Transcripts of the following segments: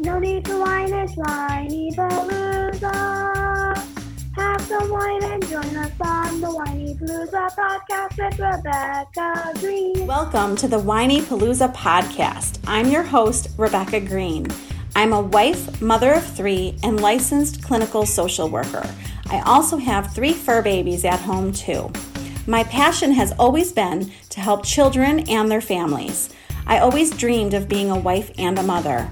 Keep the wine and slimy palooza. Have the wine and join us on the Whiny Palooza podcast with Rebecca Green. Welcome to the Whiny Palooza podcast. I'm your host, Rebecca Green. I'm a wife, mother of three, and licensed clinical social worker. I also have three fur babies at home, too. My passion has always been to help children and their families. I always dreamed of being a wife and a mother.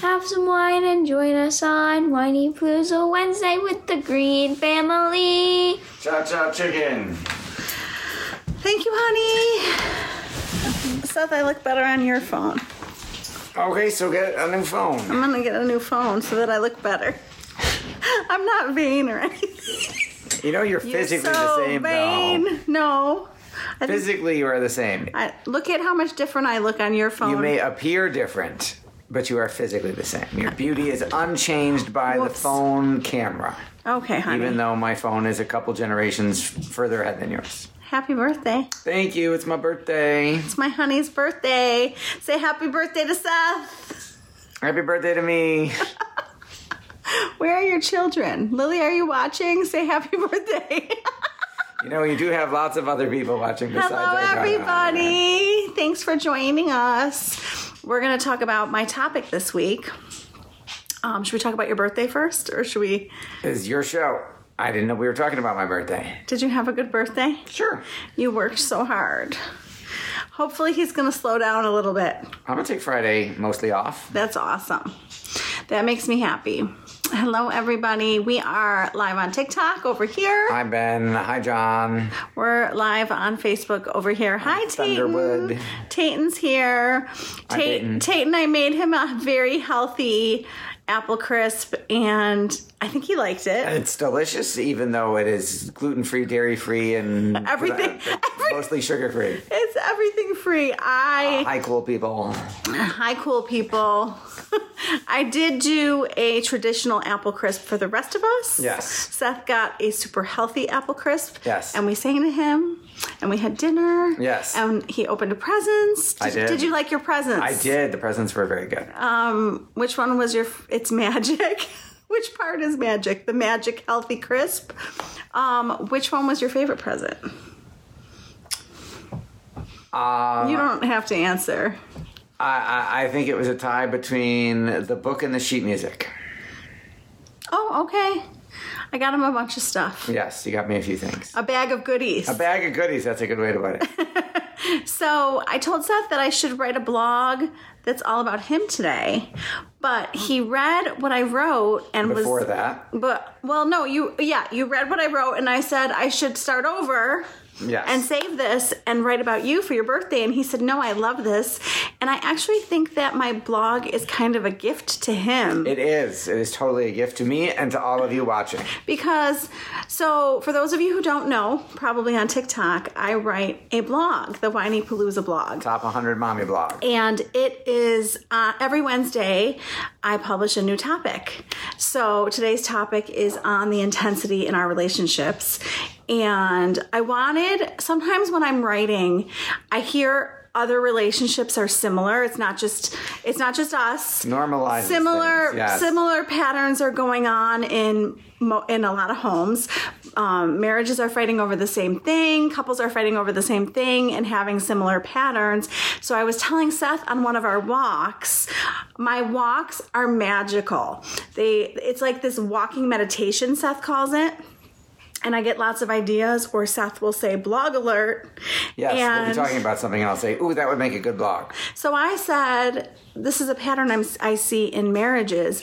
Have some wine and join us on Whiny Blues on Wednesday with the Green Family. Chow chow chicken. Thank you, honey. Seth, I look better on your phone. Okay, so get a new phone. I'm gonna get a new phone so that I look better. I'm not vain or anything. You know you're physically so the same vain. though. No. I think Physically you are the same. I, look at how much different I look on your phone. You may appear different, but you are physically the same. Your beauty is unchanged by the Whoops. phone camera. okay, honey. Even though my phone is a couple generations further ahead than yours. Happy birthday. Thank you. It's my birthday. It's my honey's birthday. Say happy birthday to Seth. Happy birthday to me. Where are your children? Lily, are you watching? Say happy birthday. You know you do have lots of other people watching besides Hello, our daughter. everybody. Thanks for joining us. We're going to talk about my topic this week. Um, should we talk about your birthday first, or should we? This is your show. I didn't know we were talking about my birthday. Did you have a good birthday? Sure. You worked so hard. Hopefully, he's going to slow down a little bit. I'm gonna take Friday mostly off. That's awesome. That makes me happy. Hello, everybody. We are live on TikTok over here. Hi Ben. Hi John. We're live on Facebook over here. Hi, Thunderwood. Tayton. Tayton's here. Hi, Tay- Tayton. Tayton, I made him a very healthy apple crisp, and I think he liked it. It's delicious, even though it is gluten free, dairy free, and Everything- mostly sugar free. It's everything free. I Hi, cool people. hi, cool people. I did do a traditional apple crisp for the rest of us. Yes. Seth got a super healthy apple crisp. Yes. And we sang to him, and we had dinner. Yes. And he opened a presents. I did. Did you like your presents? I did. The presents were very good. Um, which one was your? f- It's magic. which part is magic? The magic healthy crisp. Um, which one was your favorite present? Uh, You don't have to answer. I, I, I think it was a tie between the book and the sheet music. Oh, okay. I got him a bunch of stuff. Yes, you got me a few things. A bag of goodies. A bag of goodies. That's a good way to put Uh, it. so I told Seth that I should write a blog that's all about him today, but he read what I wrote and was Before that, But well, no, you yeah, you read what I wrote, and I said I should start over. Yes. And save this and write about you for your birthday. And he said, No, I love this. And I actually think that my blog is kind of a gift to him. it is. It is totally a gift to me and to all of you watching. because, so for those of you who don't know, probably on TikTok, I write a blog, the Whiny Palooza blog. Top 100 Mommy Blog. and it is uh, every Wednesday I publish a new topic. So today's topic is on the intensity in our relationships. And I wanted, sometimes when I'm writing, I hear other relationships are similar. It's not just it's not just us Normalizes similar things, yes. similar patterns are going on in mo- in a lot of homes um, marriages are fighting over the same thing couples are fighting over the same thing and having similar patterns so i was telling seth on one of our walks my walks are magical they it's like this walking meditation seth calls it and I get lots of ideas, or Seth will say blog alert. Yes, we'll be And- talking about something, and I'll say, "Ooh, that would make a good blog." So I said, this is a pattern I'm, I see in marriages.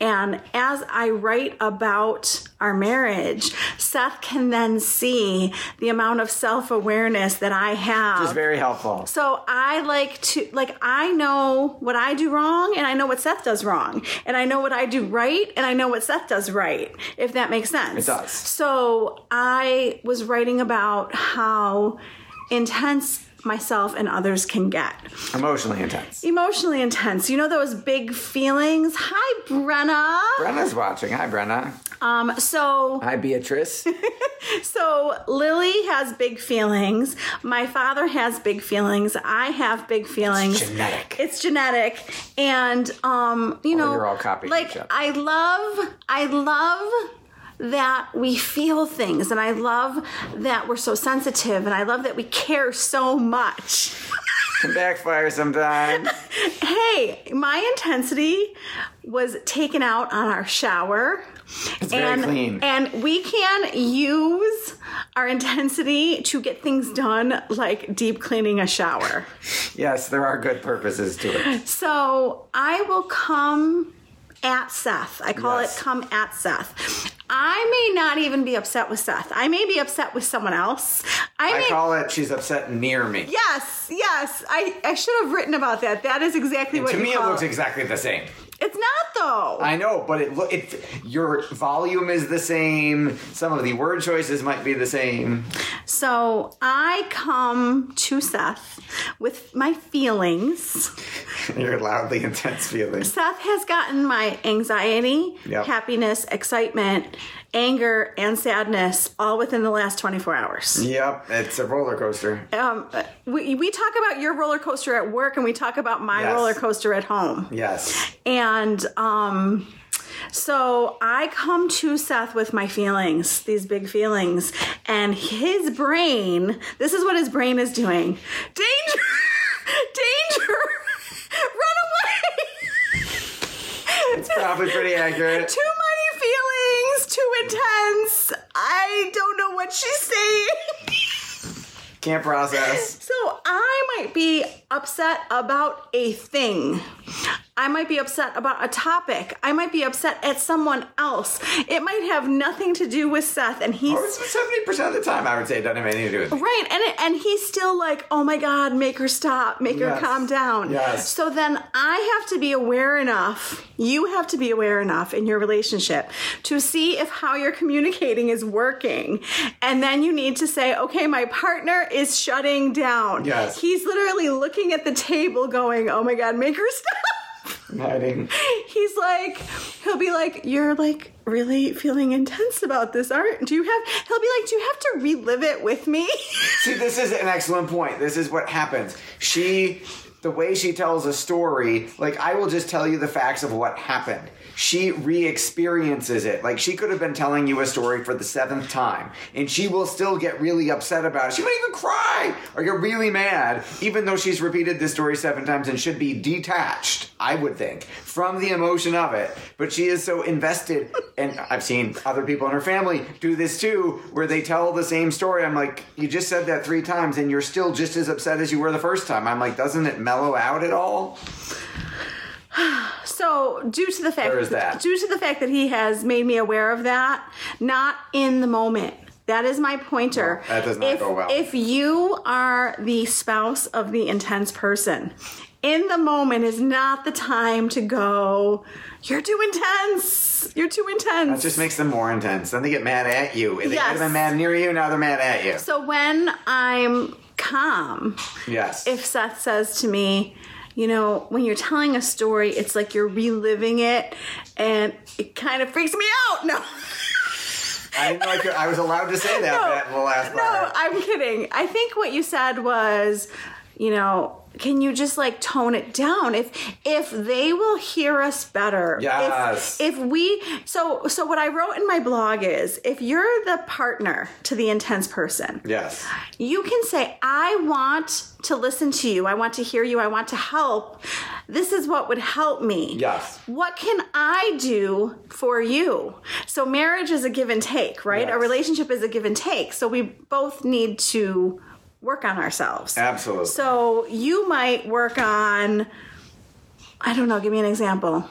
And as I write about our marriage, Seth can then see the amount of self awareness that I have. It's very helpful. So I like to like I know what I do wrong and I know what Seth does wrong and I know what I do right and I know what Seth does right if that makes sense. It does. So I was writing about how intense myself and others can get. Emotionally intense. Emotionally intense. You know those big feelings. Hi Brenna. Brenna's watching. Hi, Brenna. Um so Hi, Beatrice. So Lily has big feelings. My father has big feelings. I have big feelings. It's genetic. It's genetic, and um, you know, Oh, you're all copying Like each other. I love, I love that we feel things, and I love that we're so sensitive, and I love that we care so much. Can backfire sometimes. Hey, my intensity was taken out on our shower. It's very and, clean. And we can use our intensity to get things done, like deep cleaning a shower. Yes, there are good purposes to it. So I will come at Seth. I call Yes. it come at Seth. I may not even be upset with Seth. I may be upset with someone else. I, I may. call it she's upset near me. Yes, yes. I, I should have written about that. That is exactly what to you me, it call looks exactly the same. It's not though. I know, but it, lo- it your volume is the same. Some of the word choices might be the same. So I come to Seth with my feelings. Your loudly intense feelings. Seth has gotten my anxiety, Yep. happiness, excitement, anger, and sadness all within the last 24 hours. Yep, it's a roller coaster. Um, we, we talk about your roller coaster at work and we talk about my Yes. roller coaster at home. Yes, And um, so I come to Seth with my feelings, these big feelings, and his brain, this is what his brain is doing danger, danger, run away. It's probably pretty accurate. Too many feelings, too intense. I don't know what she's saying. can't process. So I might be upset about a thing. I might be upset about a topic. I might be upset at someone else. It might have nothing to do with Seth, and he's Seventy percent of the time, I would say it doesn't have anything to do with. me. right, and it, and he's still like, oh my god, make her stop, make Yes. her calm down. Yes. So then I have to be aware enough. You have to be aware enough in your relationship to see if how you're communicating is working, and then you need to say, okay, my partner is shutting down. Yes. He's literally looking at the table, going, oh my god, make her stop. Hiding. He's like, he'll be like, you're like really feeling intense about this, aren't? Do you have? He'll be like, do you have to relive it with me? See, this is an excellent point. This is what happens. She, the way she tells a story, like I will just tell you the facts of what happened. She re experiences it. Like she could have been telling you a story for the seventh time, and she will still get really upset about it. She might even cry or get really mad, even though she's repeated this story seven times and should be detached, I would think, from the emotion of it. But she is so invested, and I've seen other people in her family do this too, where they tell the same story. I'm like, you just said that three times, and you're still just as upset as you were the first time. I'm like, doesn't it mellow out at all? So, due to the fact There is that. due to the fact that he has made me aware of that, not in the moment. That is my pointer. No, that does not if, go well. If you are the spouse of the intense person, in the moment is not the time to go. You're too intense. You're too It intense. just makes them more intense. Then they get mad at you. They Yes. have been mad near you, now they're mad at you. so when I'm calm, yes. if Seth says to me, you know, when you're telling a story, it's like you're reliving it and it kind of freaks me out. No. I didn't know I, could, I was allowed to say that, that little last no, part. I'm kidding. I think what you said was, you know, can you just like tone it down if if they will hear us better if- Yes. if we so so what i wrote in my blog is if you're the partner to the intense person Yes. you can say, I want to listen to you. I want to hear you. I want to help. This is what would help me. Yes. What can I do for you? So, marriage is a give and take, right? Yes. A relationship is a give and take. So, we both need to work on ourselves. Absolutely. So, you might work on, I don't know, give me an example.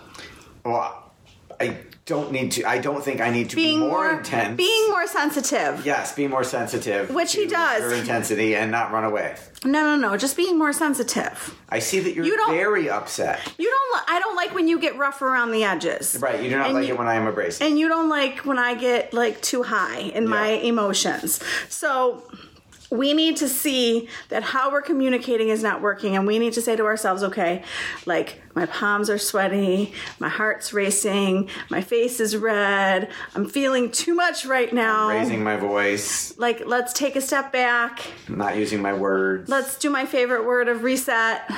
well, I don't need to. I don't think I need to Being be more, intense. Being more sensitive. yes, be more sensitive. Which he to does. Your intensity and not run away. No, no, no. Just being more sensitive. I see that you're You don't- very upset. You don't. Li- I don't like when you get rough around the edges. Right. You do not And like you- it when I am abrasive. and you don't like when I get like too high in my Yeah. emotions. So we need to see that how we're communicating is not working and we need to say to ourselves okay like my palms are sweaty my heart's racing my face is red i'm feeling too much right now Raising my voice, like let's take a step back not using my words. Let's do my favorite word of reset.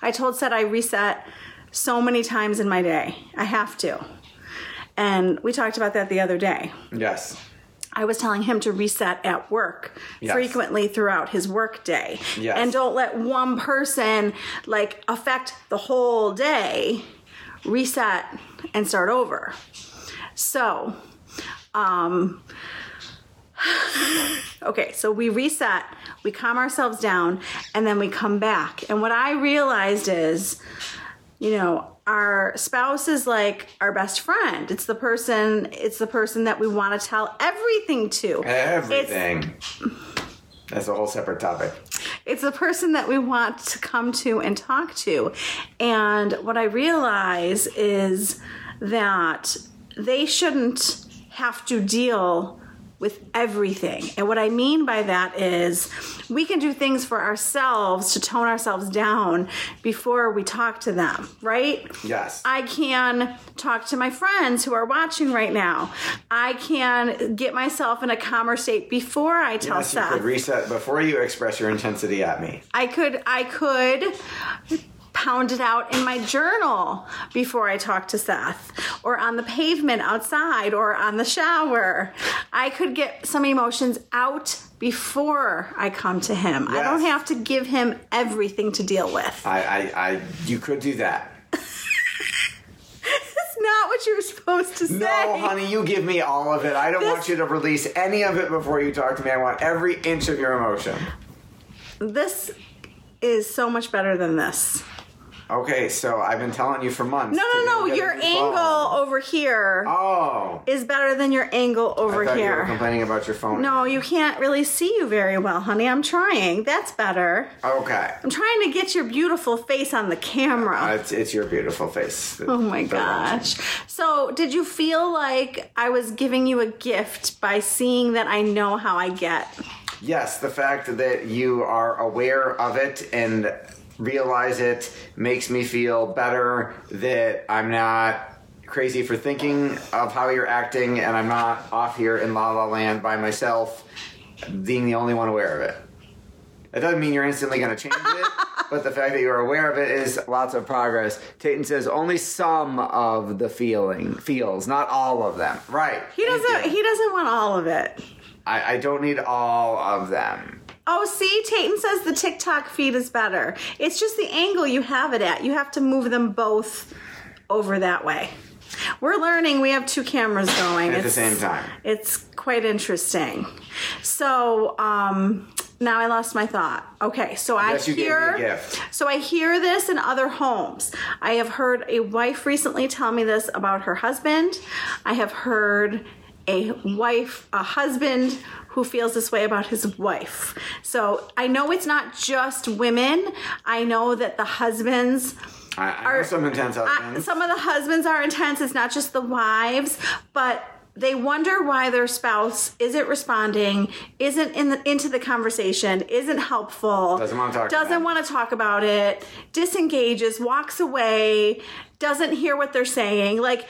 I told Seth I reset so many times in my day. I have to. And we talked about that the other day. yes. I was telling him to reset at work Yes. frequently throughout his work day. Yes. And don't let one person like affect the whole day. Reset and start over. So, um okay, so we reset, we calm ourselves down, and then we come back. And what I realized is you know our spouse is like our best friend it's the person it's the person that we want to tell everything to Everything. That's a whole separate topic. it's the person that we want to come to and talk to. And what I realize is that they shouldn't have to deal with everything. And what I mean by that is we can do things for ourselves to tone ourselves down before we talk to them, right? Yes. I can talk to my friends who are watching right now. I can get myself in a calmer state before I tell Yes, you Seth. could reset before you express your intensity at me. I could I could pound it out in my journal before I talk to Seth or on the pavement outside or on the shower. I could get some emotions out before I come to him. I Yes. don't have to give him everything to deal with. I, I, I you could do that. That's not what you were supposed to say. No, honey, you give me all of it. I don't This- want you to release any of it before you talk to me. I want every inch of your emotion. This is so much better than this. Okay, so I've been telling you for months. No, to no, go no. get a Your new angle phone. over here is Oh, better than your angle over I thought you here. were complaining about your phone. No, you can't really see you very well, honey. I'm trying. That's better. Okay. I'm trying to get your beautiful face on the Uh, camera. it's, it's your beautiful face. Oh my gosh. So, did you feel like I was giving you a gift by seeing that I know how I get? Yes, the fact that you are aware of it and realize it makes me feel better that I'm not crazy for thinking of how you're acting and I'm not off here in La La Land by myself being the only one aware of it. It doesn't mean you're instantly going to change it, but the fact that you're aware of it is lots of progress. Tayton says only some of the feeling feels, not all of them. Right. He doesn't he doesn't want all of it. I, I don't need all of them. Oh, see, Tayton says the TikTok feed is better. It's just the angle you have it at. You have to move them both over that way. We're learning. We have two cameras going At the It's- same time. It's quite interesting. So, um, now I lost my thought. Okay, so I Yes, you gave me hear. a gift. So I hear this in other homes. I have heard a wife recently tell me this about her husband. I have heard a wife, a husband who feels this way about his wife. So I know it's not just women. I know that the husbands I, I know some intense I, husbands. some of the husbands are intense. It's not just the wives, but they wonder why their spouse isn't responding, isn't in the, into the conversation, isn't helpful, Doesn't wanna talk about doesn't it. want to talk about it, disengages, walks away, doesn't hear what they're saying. Like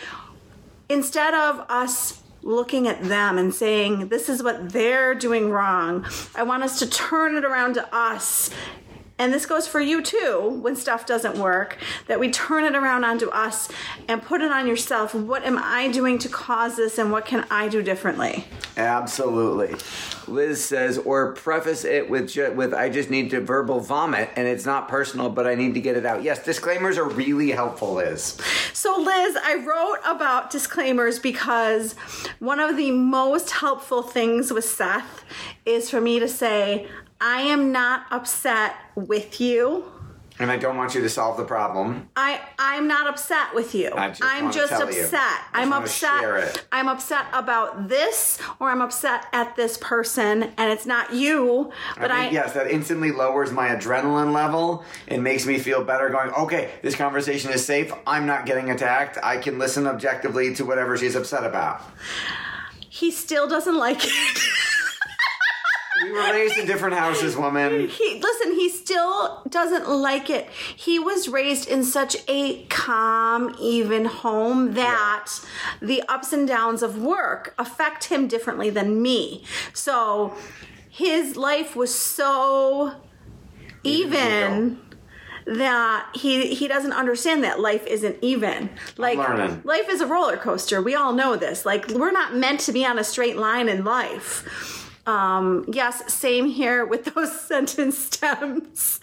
instead of us looking at them and saying this is what they're doing wrong, I want us to turn it around to us and this goes for you too when stuff doesn't work, that we turn it around onto us and put it on yourself. What am I doing to cause this and what can I do differently? Absolutely. Liz says, or preface it with ju- with I just need to verbal vomit, and it's not personal, but I need to get it out. Yes, disclaimers are really helpful, Liz. So, Liz, I wrote about disclaimers because one of the most helpful things with Seth is for me to say, I am not upset with you. And I don't want you to solve the problem. I I'm not upset with you. I just I'm wanna just tell you. upset. Just I'm wanna upset. share it. I'm upset about this, or I'm upset at this person, and it's not you. But I I, mean, yes, that instantly lowers my adrenaline level. It makes me feel better going, okay, this conversation is safe. I'm not getting attacked. I can listen objectively to whatever she's upset about. he still doesn't like it. We were raised in different houses, woman. He listen, he still doesn't like it. He was raised in such a calm, even home that the ups and downs of work affect him differently than me. So his life was so even that he he doesn't understand that life isn't even like learning. life is a roller coaster we all know this like we're not meant to be on a straight line in life um yes same here with those sentence stems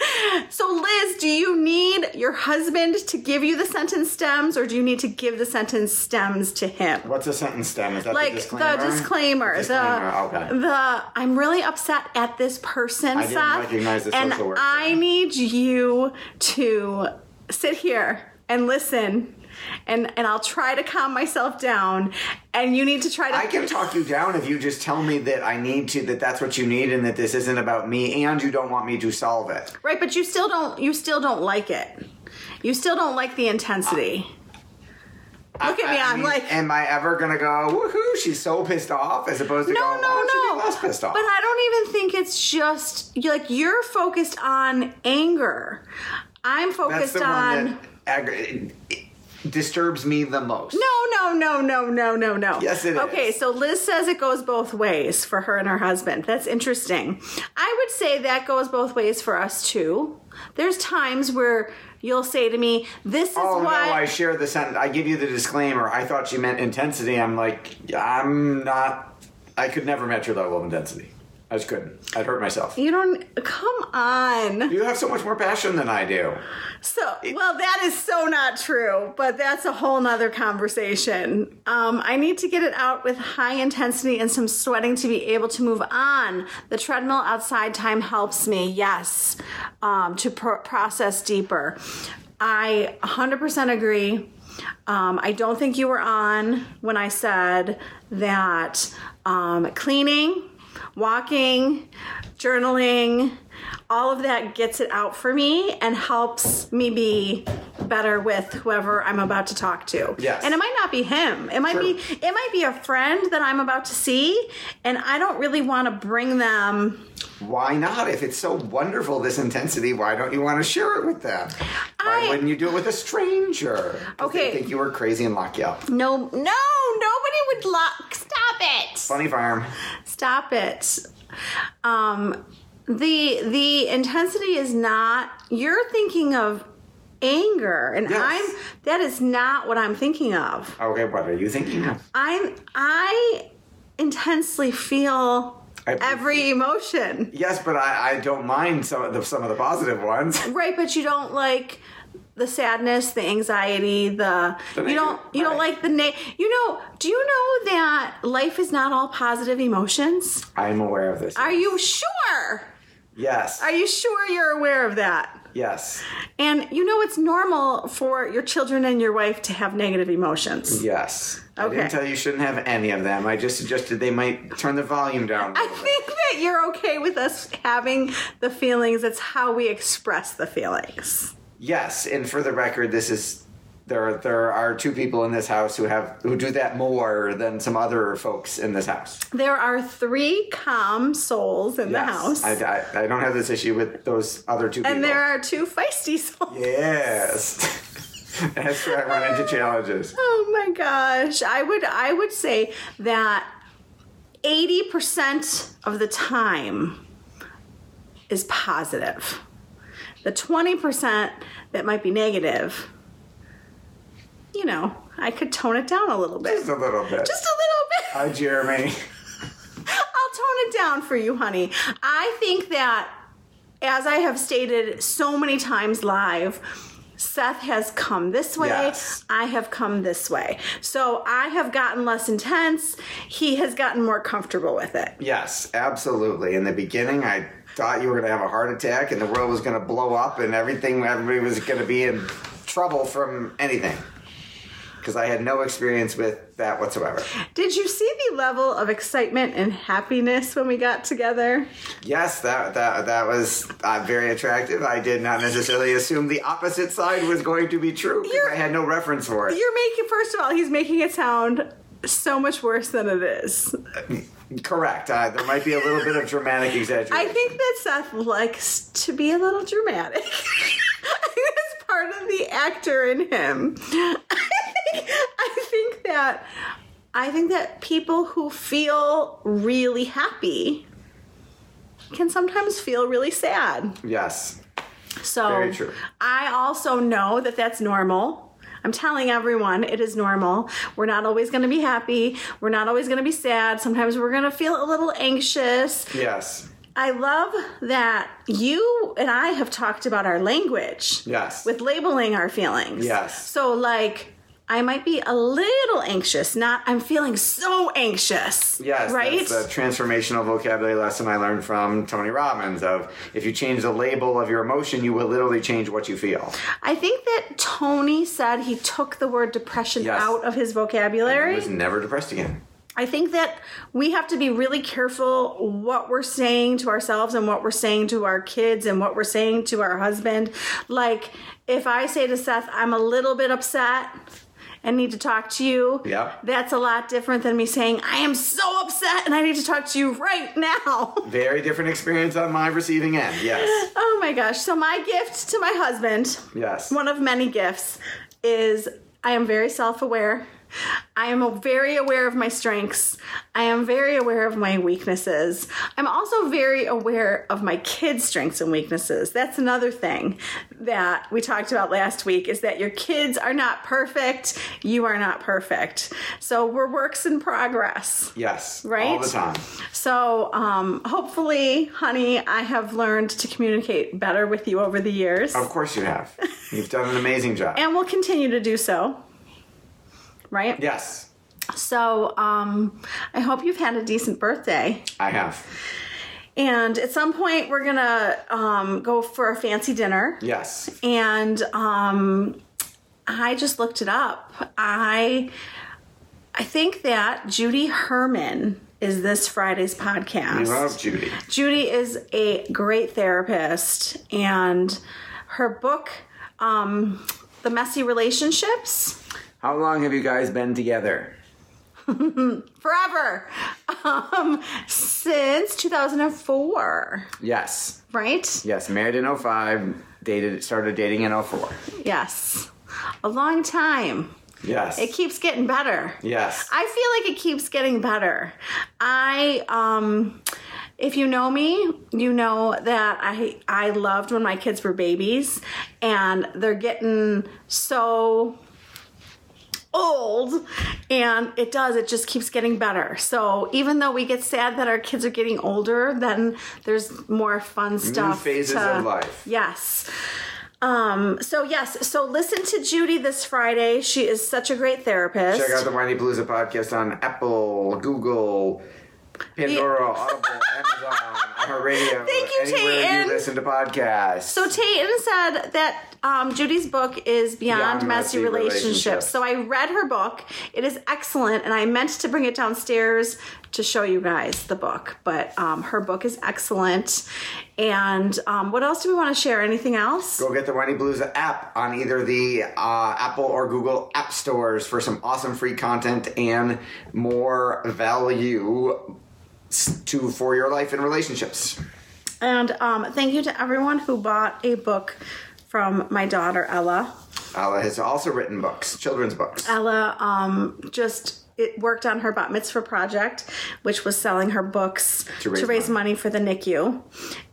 so liz do you need your husband to give you the sentence stems or do you need to give the sentence stems to him What's a sentence stem? Is that like the disclaimer? the disclaimer, Disclaimer, the okay. the I'm really upset at this person, I didn't Seth, recognize the and social worker. I need you to sit here and listen, and and I'll try to calm myself down, and you need to try to. I can talk you down if you just tell me that I need to, that that's what you need, and that this isn't about me, and you don't want me to solve it. right, but you still don't you still don't like it. You still don't like the intensity. Look at me, I- I I'm mean, like- am I ever gonna go? Woohoo! She's so pissed off, as opposed to No, going, no, Why don't you no. be less pissed off. But I don't even think it's just you- like you're focused on anger. I'm that's focused the on one that aggra- it disturbs me the most. no, no, no, no, no, no, no. Yes, it is. Okay, so Liz says it goes both ways for her and her husband. That's interesting. I would say that goes both ways for us too. There's times where you'll say to me, "This is Oh why." no! I share the sentence. I give you the disclaimer. I thought she meant intensity. I'm like, I'm not. I could never match your level of intensity. I just couldn't. I'd hurt myself. you don't come on. You have so much more passion than I do. So, well, that is so not true, but that's a whole nother conversation. Um, I need to get it out with high intensity and some sweating to be able to move on. The treadmill outside time helps me, yes, um, to pro- process deeper. I 100% agree. Um, I don't think you were on when I said that um, cleaning, walking, journaling, all of that gets it out for me and helps me be better with whoever I'm about to talk to. Yes. And it might not be him. It might be it might be a friend that I'm about to see and I don't really want to bring them Why not? If it's so wonderful, this intensity, why don't you want to share it with them? I- Why wouldn't you do it with a stranger? 'Cause Okay. They think you were crazy and lock you up. no no nobody would lock stop it. Funny farm. stop it um the the intensity is not you're thinking of anger and Yes. i'm that is not what i'm thinking of Okay, what are you thinking of? i'm i intensely feel I- every emotion Yes, but I, I don't mind some of the some of the positive ones. right but you don't like the sadness the anxiety the, The you don't negative, you don't right. like the na- you know do you know that life is not all positive emotions I'm aware of this. are you sure yes. Are you sure you're aware of that? yes. And you know it's normal for your children and your wife to have negative Mm-hmm. emotions. Yes. I Okay. didn't tell you you shouldn't have any of them. I just suggested they might turn the volume down. a I little bit. think that you're okay with us having the feelings. It's how we express the feelings. Yes, and for the record, this is there. There are two people in this house who have who do that more than some other folks in this house. There are three calm souls in the house, I, I, I don't have this issue with those other two. and people. there are two feisty souls. yes. That's where I run into challenges. Oh my gosh. I would I would say that 80% of the time is positive. The 20% that might be negative, you know, I could tone it down a little bit. Just a little bit. Just a little Hi, bit. Jeremy. I'll tone it down for you, honey. I think that, as I have stated so many times live, Seth has come this way. Yes. I have come this way. So I have gotten less intense. He has gotten more comfortable with it. Yes, absolutely. In the beginning, I thought you were going to have a heart attack and the world was going to blow up and everything, everybody was going to be in trouble from anything. Because I had no experience with that whatsoever. Did you see the level of excitement and happiness when we got together? Yes, that that that was uh, very attractive. I did not necessarily assume the opposite side was going to be true because You're- I had no reference for it. You're making, first of all, he's making it sound so much worse than it is. Correct. Uh, there might be a little bit of dramatic exaggeration. I think that Seth likes to be a little dramatic. I think that's part of the actor in him. I think, I think that I think that people who feel really happy can sometimes feel really sad. yes. So Very true. I also know that that's normal. I'm telling everyone it is normal. We're not always going to be happy. We're not always going to be sad. Sometimes we're going to feel a little anxious. Yes. I love that you and I have talked about our language. Yes. With labeling our feelings. Yes. So, like, I might be a little anxious, not I'm feeling so anxious. Yes, Right? That's the transformational vocabulary lesson I learned from Tony Robbins. Of if you change the label of your emotion, you will literally change what you feel. I think that Tony said he took the word depression Yes. out of his I vocabulary. was never depressed again. I think that we have to be really careful what we're saying to ourselves and what we're saying to our kids and what we're saying to our husband. Like, if I say to Seth, I'm a little bit upset and need to talk to you, Yeah. that's a lot different than me saying, I am so upset and I need to talk to you right now. Very different experience on my receiving end. Yes. oh my gosh. So, my gift to my husband, Yes. one of many gifts, is I am very self aware. I am very aware of my strengths. I am very aware of my weaknesses. I'm also very aware of my kids' strengths and weaknesses. That's another thing that we talked about last week is that your kids are not perfect. You are not perfect. So we're works in progress. Yes. Right? All the time. So um, hopefully, honey, I have learned to communicate better with you over the years. Of course you have. You've done an amazing job. and we'll continue to do so. Right? yes, So, um, I hope you've had a decent birthday. I have. And at some point, we're gonna um, go for a fancy dinner. Yes. And um, I just looked it up. I I think that Judy Herman is this Friday's podcast. I love Judy. Judy is a great therapist, and her book, um, The Messy Relationships, How long have you guys been together? forever, um, since 2004, Yes. right? Yes. Married in 05, dated started dating in 04. Yes. A long time. Yes. It keeps getting better. yes. I feel like it keeps getting better. I um if you know me, you know that I I loved when my kids were babies and they're getting so old and it does it just keeps getting better. So even though we get sad that our kids are getting older, then there's more fun stuff phases to- of life. Yes. Um, so yes, so listen to Judy this Friday. She is such a great therapist. Check out the Whiny Palooza podcast on Apple, Google, Pandora, Audible, Amazon, iHeartRadio. Thank you, anywhere Tayton. you listen to podcasts. So Tayton said that um, Judy's book is Beyond, Messy, Relationships. So I read her book. It is excellent, and I meant to bring it downstairs to show you guys the book. But um, her book is excellent. And um, what else do we want to share? Anything else? Go get the Whiny Palooza app on either the uh, Apple or Google app stores for some awesome free content and more value s- to for your life and relationships. And um, thank you to everyone who bought a book from my daughter Ella. Ala has also written books, children's books. Ella um, just it worked on her bat mitzvah project, which was selling her books To to raise raise, money. money. for the NICU.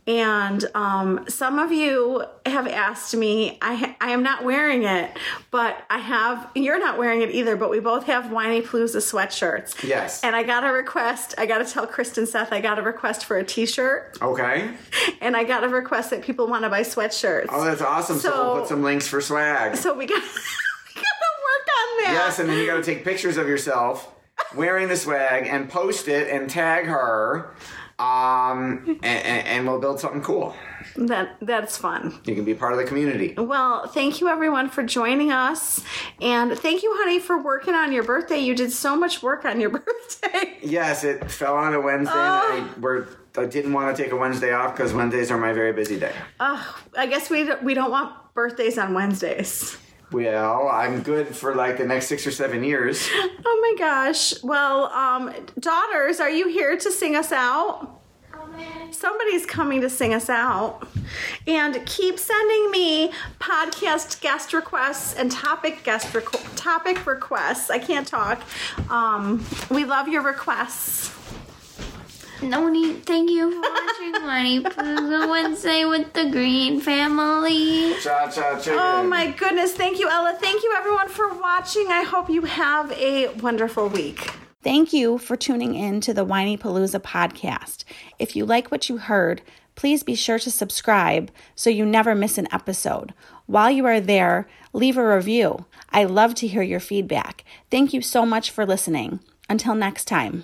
And um, some of you have asked me, I, I am not wearing it, but I have, you're not wearing it either, but we both have Whiny Palooza sweatshirts. Yes. And I got a request, I got to tell Kristen Seth, I got a request for a t shirt, Okay. and I got a request that people want to buy sweatshirts. Oh, that's awesome. So, So- we'll put some links for swag. so we got, we got to work on that. yes, and then you got to take pictures of yourself wearing the swag and post it and tag her. Um, and, and, and we'll build something cool. That that's fun. You can be part of the community. Well, thank you everyone for joining us, and thank you, honey, for working on your birthday. You did so much work on your birthday. Yes, it fell on a Wednesday, and Ah. I, were, I didn't want to take a Wednesday off because Wednesdays are my very busy day. Ugh, I guess we don't- we don't want birthdays on Wednesdays. Well, I'm good for like the next six or seven years. Oh my gosh. Well, um, daughters, are you here to sing us out? Somebody's coming to sing us out. And keep sending me podcast guest requests and topic guest requ- topic requests. I can't talk. Um, we love your requests. No need. Thank you for watching Money Palooza Wednesday with the Green Family. Cha cha cha. Oh my goodness. Thank you, Ella. Thank you everyone for watching. I hope you have a wonderful week. Thank you for tuning in to the Whiny Palooza podcast. If you like what you heard, please be sure to subscribe so you never miss an episode. While you are there, leave a review. I love to hear your feedback. Thank you so much for listening. Until next time.